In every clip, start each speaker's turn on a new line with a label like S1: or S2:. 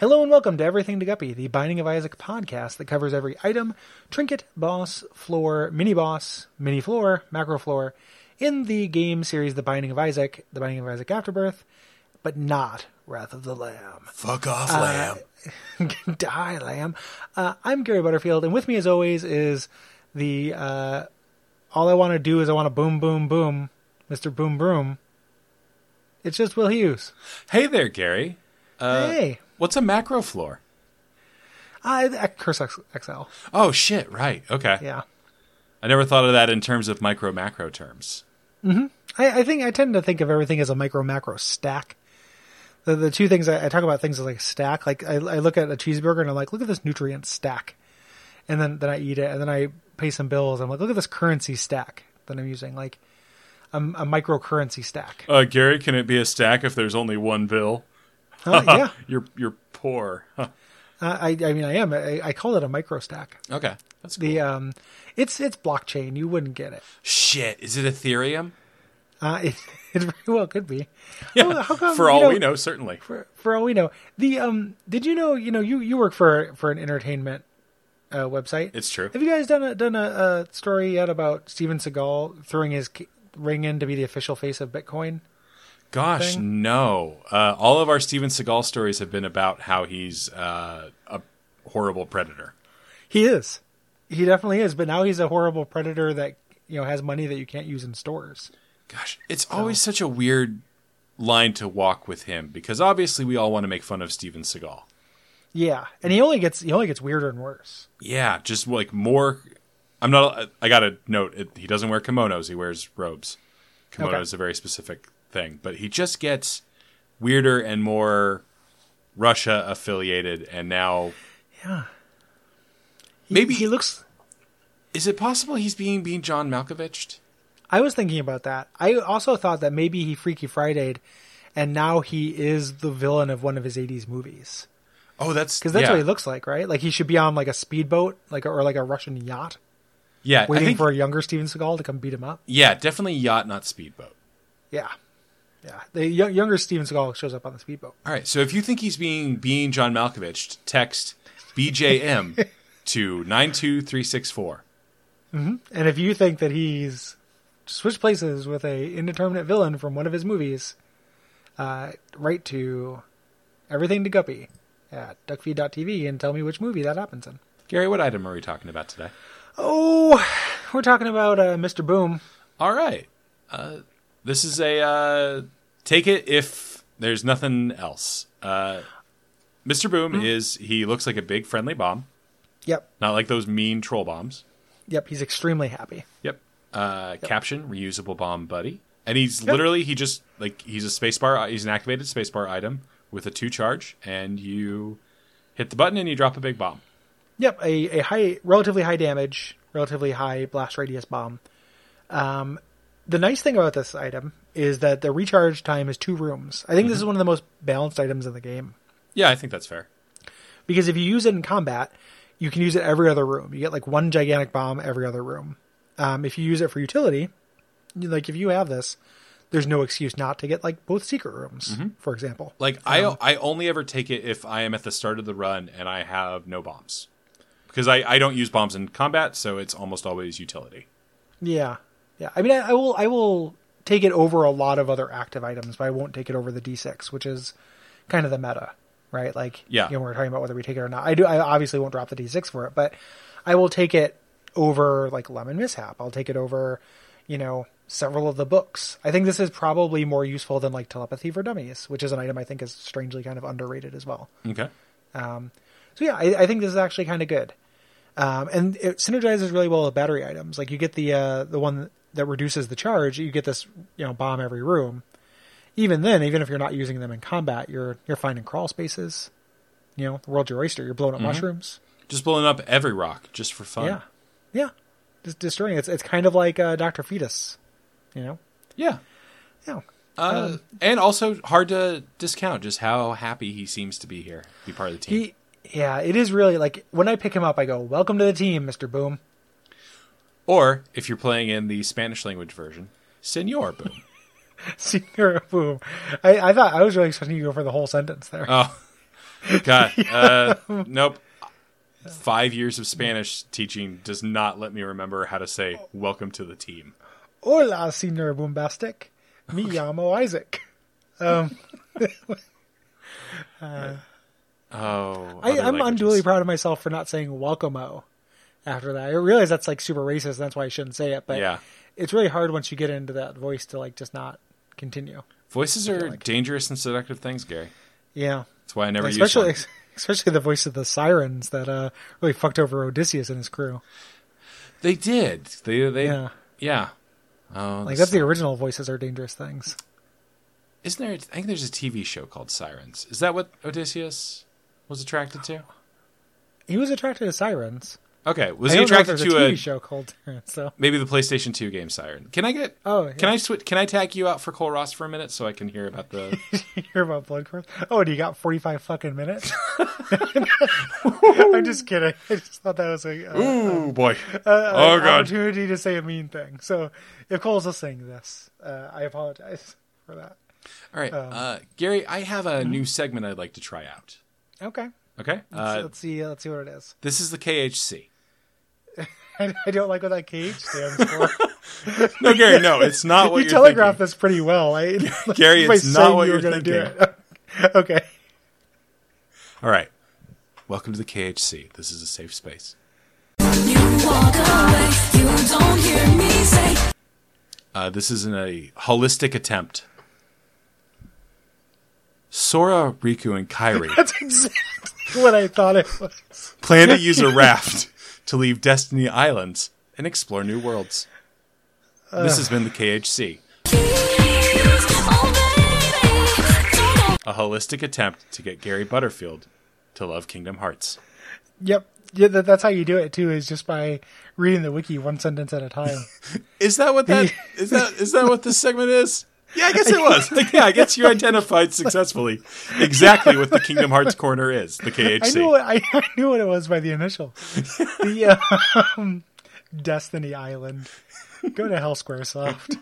S1: Hello and welcome to Everything to Guppy, the Binding of Isaac podcast that covers every item, trinket, boss, floor, mini boss, mini floor, macro floor in the game series The Binding of Isaac, The Binding of Isaac Afterbirth, but not Wrath of the Lamb.
S2: Fuck off, lamb.
S1: Die, lamb. Uh, I'm Gary Butterfield, and with me, as always, is the uh, all I want to do is I want to boom, boom, boom, Mr. Boom Broom. It's just Will Hughes.
S2: Hey there, Gary.
S1: hey,
S2: What's a macro floor?
S1: I, I curse X- XL.
S2: Oh shit! Right. Okay.
S1: Yeah,
S2: I never thought of that in terms of micro macro terms.
S1: I, I think I tend to think of everything as a micro macro stack. The the two things I, I talk about things as like stack. Like I, I look at a cheeseburger and I'm like, look at this nutrient stack, and then then I eat it and then I pay some bills. I'm like, look at this currency stack that I'm using. Like. I'm a microcurrency stack.
S2: Uh, Gary, can it be a stack if there's only one bill?
S1: Huh, yeah,
S2: You're you're poor. Huh.
S1: Uh, I, I mean, I am. I, I call it a micro stack.
S2: Okay. That's cool.
S1: The um, it's it's blockchain. You wouldn't get it.
S2: shit. Is it Ethereum?
S1: Uh, it, it very well could be. Oh, how come,
S2: For
S1: you
S2: all we know, certainly.
S1: for, for all we know, the um, did you know? You know, you you work for for an entertainment uh, website.
S2: It's true.
S1: Have you guys done a done a, a story yet about Steven Seagal throwing his ki- ring in to be the official face of Bitcoin?
S2: Gosh, no. Uh, all of our Steven Seagal stories have been about how he's uh, a horrible predator.
S1: He is. He definitely is. But now he's a horrible predator that you know has money that you can't use in stores.
S2: Gosh, it's always such a weird line to walk with him because obviously we all want to make fun of Steven Seagal.
S1: Yeah, and he only gets he only gets weirder and worse.
S2: Yeah, just like more. I'm not. I got to note it, he doesn't wear kimonos. He wears robes. Kimono
S1: Okay.
S2: is a very specific thing, but he just gets weirder and more Russia affiliated. And now,
S1: Yeah.
S2: Maybe-
S1: he looks.
S2: is it possible he's being being John Malkovich?
S1: I was thinking about that. I also thought that maybe he Freaky Friday'd, and now he is the villain of one of his '80s movies
S2: Oh, that's
S1: because that's
S2: yeah.
S1: what he looks like, right? Like he should be on like a speedboat, like or like a Russian yacht,
S2: Yeah, I
S1: waiting
S2: think,
S1: for a younger Steven Seagal to come beat him up.
S2: yeah, definitely yacht, not speedboat.
S1: Yeah, yeah. The yo- younger Steven Seagal shows up on the speedboat.
S2: All right. So if you think he's being being John Malkovich, text BJM to nine two three six four.
S1: And if you think that he's switched places with a indeterminate villain from one of his movies, uh, write to everything to Guppy at duckfeed.tv and tell me which movie that happens in.
S2: Gary, what item are we talking about today?
S1: Oh, we're talking about uh, Mr. Boom.
S2: All right. Uh, this is a uh, take it if there's nothing else. Uh, Mr. Boom is he looks like a big friendly bomb,
S1: Yep,
S2: not like those mean troll bombs.
S1: yep. He's extremely happy.
S2: Yep. Uh, Caption reusable bomb buddy, and he's literally he just like he's a spacebar. He's an activated spacebar item with a two charge, and you hit the button and you drop a big bomb.
S1: Yep, a, a high, relatively high damage, relatively high blast radius bomb. Um, the nice thing about this item is that the recharge time is two rooms. I think this is one of the most balanced items in the game.
S2: Yeah, I think that's fair.
S1: because if you use it in combat, you can use it every other room. You get like one gigantic bomb every other room. Um, if you use it for utility, you- like if you have this, there's no excuse not to get like both secret rooms, for example.
S2: Like I I only ever take it if I am at the start of the run and I have no bombs. Because I, I don't use bombs in combat, so it's almost always utility.
S1: Yeah, yeah. I mean, I, I will, I will take it over a lot of other active items, but I won't take it over the D6, which is kind of the meta, right? Like,
S2: Yeah.
S1: you know, we're talking about whether we take it or not. I do, I obviously won't drop the D6 for it, but I will take it over like Lemon Mishap. I'll take it over, you know, several of the books. I think this is probably more useful than like Telepathy for Dummies, which is an item I think is strangely kind of underrated as well.
S2: Okay.
S1: So yeah, I, I think this is actually kind of good, um, and it synergizes really well with battery items. Like you get the uh, the one that reduces the charge. You get this you know bomb every room. Even then, even if you're not using them in combat, you're you're finding crawl spaces. You know, the world's your oyster. You're blowing up mushrooms.
S2: Just blowing up every rock just for fun.
S1: Yeah, yeah, just destroying. it. It's it's kind of like uh, Doctor Fetus. You know,
S2: Yeah.
S1: yeah.
S2: Uh, and also hard to discount just how happy he seems to be here, be part of the team.
S1: He, yeah, it is really like when I pick him up, I go, "Welcome to the team, Mister Boom."
S2: or if you're playing in the Spanish language version, Senor Boom.
S1: Senior Boom. I, I thought I was really expecting you to go for the whole sentence there.
S2: oh. God, uh, nope. Five years of Spanish teaching does not let me remember how to say "Welcome to the team."
S1: Hola, Senor Bombastic. Me llamo Isaac. Um,
S2: Oh,
S1: I,
S2: other
S1: I'm
S2: languages.
S1: unduly proud of myself for not saying welcome-o after that. I realize that's like super racist. That's why I shouldn't say it. But
S2: Yeah.
S1: it's really hard once you get into that voice to like just not continue.
S2: Voices are
S1: like-
S2: dangerous and seductive things, Gary.
S1: Yeah,
S2: That's why I never use
S1: especially
S2: one.
S1: especially the voice of the sirens that uh, really fucked over Odysseus and his crew.
S2: They did. They they yeah.
S1: Yeah.
S2: Oh,
S1: Like that's the original voices are dangerous things.
S2: Isn't there? I think there's a TV show called Sirens. Is that what Odysseus was attracted to?
S1: He was attracted to sirens.
S2: Okay, was
S1: I
S2: he
S1: don't know if
S2: attracted
S1: there's a
S2: to
S1: TV
S2: a
S1: show called so?
S2: maybe the PlayStation Two game Siren? Can I get?
S1: Oh, yeah.
S2: Can I switch? Can I tag you out for Cole Ross for a minute so I can hear about the?
S1: You hear about blood curse? Oh, do you got forty five fucking minutes? I'm just kidding. I just thought that was a. Uh,
S2: Ooh boy!
S1: an
S2: oh god!
S1: opportunity to say a mean thing. So if Cole's listening to this, uh, I apologize for that. Oh.
S2: All right, uh, Gary, I have a
S1: Mm-hmm.
S2: new segment I'd like to try out.
S1: Okay,
S2: Okay,
S1: let's,
S2: uh,
S1: let's see. Let's see what it is.
S2: this is the KHC.
S1: I, I don't like what that cage stands for.
S2: No, Gary, no, it's not what
S1: you
S2: you are
S1: telegraphed this pretty well. I,
S2: Gary,
S1: by
S2: it's
S1: saying
S2: not what
S1: you
S2: you're
S1: were gonna
S2: thinking.
S1: Do it. okay.
S2: All right, welcome to the KHC. This is a safe space.
S3: You walk away, you don't hear me say
S2: Uh, this is in a holistic attempt. Sora, Riku, and Kairi
S1: That's exactly what I thought it was.
S2: plan to use a raft to leave Destiny Islands and explore new worlds. This has been the KHC,
S3: please, oh baby, don't go
S2: a holistic attempt to get Gary Butterfield to love Kingdom Hearts.
S1: Yep. Yeah, that, that's how you do it too. Is just by reading the wiki one sentence at a time.
S2: Is that what that is that is that what this segment is? Yeah, I guess it was. Like, yeah, I guess you identified successfully exactly what the Kingdom Hearts corner is, the KHC.
S1: I knew what I, I knew what it was by the initial. the um, Destiny Island. Go to Hell Squaresoft.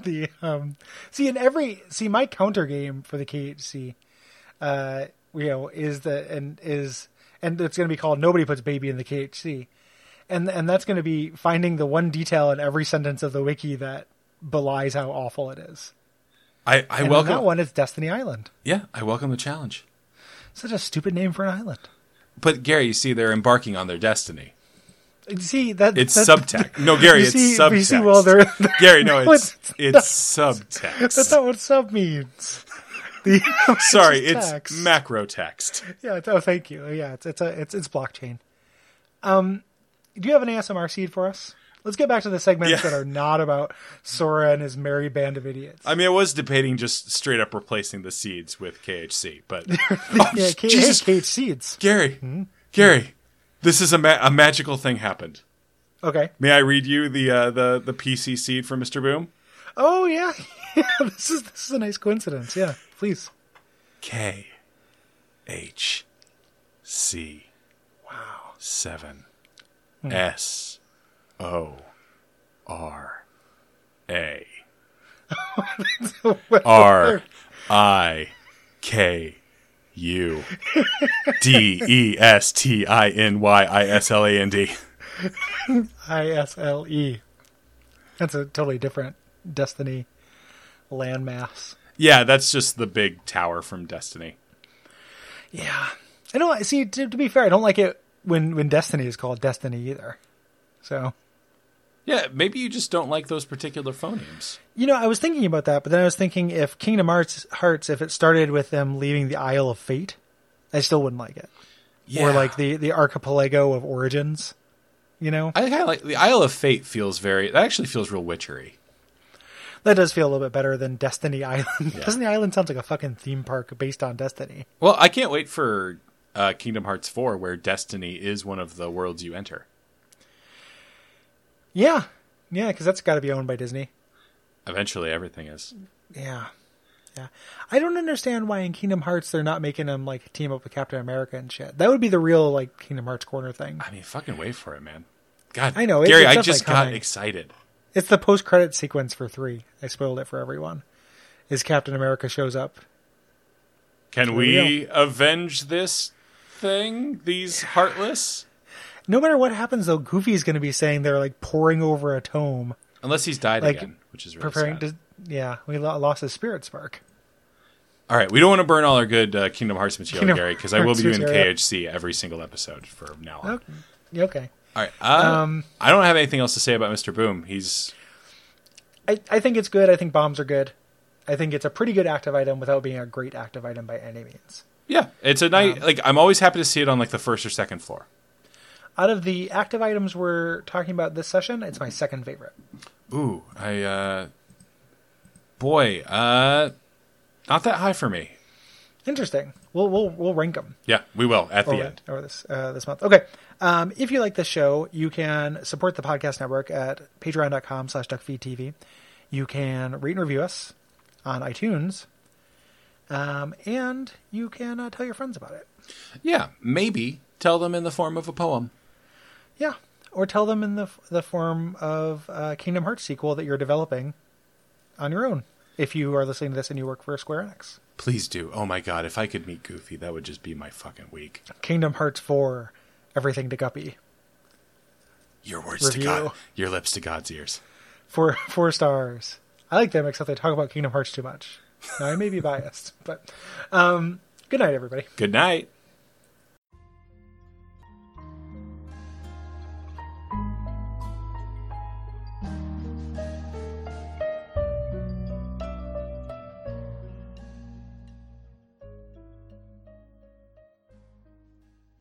S1: The um, see in every see my counter game for the KHC, uh, you know, is the and is and it's going to be called Nobody Puts Baby in the KHC, and and that's going to be finding the one detail in every sentence of the wiki that belies how awful it is.
S2: I, I
S1: And on that
S2: welcome
S1: one, it's Destiny Island.
S2: Yeah, I welcome the challenge.
S1: Such a stupid name for an island.
S2: But Gary, you see, they're embarking on their destiny.
S1: See that
S2: It's
S1: that-
S2: subtext. No, Gary,
S1: you
S2: it's
S1: see-
S2: subtext.
S1: you see, well, they're-
S2: Gary, no,
S1: No,
S2: it's
S1: it's
S2: it's subtext.
S1: That's not what sub means. The
S2: Sorry,
S1: just
S2: it's
S1: text.
S2: macro text.
S1: yeah. it's- Oh, thank you. Yeah, it's it's a it's it's blockchain. Um, do you have an ASMR seed for us? Let's get back to the segments
S2: Yeah.
S1: that are not about Sora and his merry band of idiots.
S2: I mean, I was debating just straight up replacing the seeds with KHC, but
S1: yeah,
S2: Oh,
S1: K-
S2: Jesus.
S1: hey, Cage seeds.
S2: Gary, Gary, this is a ma- a magical thing happened.
S1: Okay.
S2: May I read you the uh, the the PC seed from Mr. Boom?
S1: Oh yeah. this is this is a nice coincidence. Yeah, please.
S2: K H C Wow seven S O R A R I K U D E S T I N Y I S L A N D.
S1: I S L E. That's a totally different Destiny landmass.
S2: Yeah, that's just the big tower from Destiny.
S1: Yeah, I don't like- see. To, to be fair, I don't like it when when Destiny is called Destiny either. So
S2: Yeah, maybe you just don't like those particular phonemes.
S1: you know, I was thinking about that, but then I was thinking if Kingdom Hearts Hearts, if it started with them leaving the Isle of Fate, I still wouldn't like it.
S2: Yeah.
S1: Or like the the archipelago of Origins. You know,
S2: I think I like the Isle of Fate feels very that actually feels real witchery.
S1: that does feel a little bit better than Destiny Island. Destiny Island sounds like a fucking theme park based on Destiny.
S2: Well, I can't wait for uh, Kingdom Hearts 4 where destiny is one of the worlds you enter.
S1: Yeah, yeah, because that's got to be owned by Disney.
S2: Eventually everything is.
S1: Yeah. Yeah. I don't understand why in Kingdom Hearts they're not making him like team up with Captain America and shit. That would be the real like Kingdom Hearts corner thing.
S2: I mean, fucking wait for it, man. God,
S1: I know, it-
S2: Gary,
S1: it's
S2: I
S1: definitely
S2: just got
S1: coming.
S2: excited.
S1: It's the post credit sequence for three. I spoiled it for everyone. Is Captain America shows up
S2: Can
S1: we
S2: we avenge this thing? These heartless?
S1: No matter what happens, though, Goofy's going to be saying they're like pouring over a tome,
S2: Unless he's died
S1: Like,
S2: again, which is really
S1: preparing
S2: sad.
S1: to. Yeah, we lo- lost his spirit spark.
S2: All right, we don't want to burn all our good uh, Kingdom Hearts material,
S1: Kingdom
S2: Gary, because I will be
S1: Hearts
S2: doing
S1: material.
S2: KHC every single episode from now on.
S1: Okay. Um, okay.
S2: All right, uh, I don't have anything else to say about Mr. Boom. He's
S1: I, I think it's good. I think bombs are good. I think it's a pretty good active item without being a great active item by any means.
S2: yeah, it's a nice. like I'm always happy to see it on like the first or second floor.
S1: Out of the active items we're talking about this session, it's my second favorite.
S2: Ooh, I uh, boy, uh, not that high for me.
S1: Interesting. We'll we'll we'll rank them.
S2: Yeah, we will at the
S1: over,
S2: end.
S1: over this uh, this month. Okay. Um, if you like this show, you can support the podcast network at patreon.com slash duckfeedtv. You can rate and review us on iTunes. Um, and you can uh, tell your friends about it.
S2: Yeah, maybe tell them in the form of a poem.
S1: Yeah. Or tell them in the, the form of a Kingdom Hearts sequel that you're developing on your own. If you are listening to this and you work for Square Enix.
S2: Please do. Oh my god, if I could meet Goofy, that would just be my fucking week.
S1: Kingdom Hearts 4, Everything to Guppy.
S2: Your words
S1: Review.
S2: to God, your lips to God's ears.
S1: four four stars. I like them, except they talk about Kingdom Hearts too much. Now, I may be biased, but um, good night, everybody.
S2: Good night.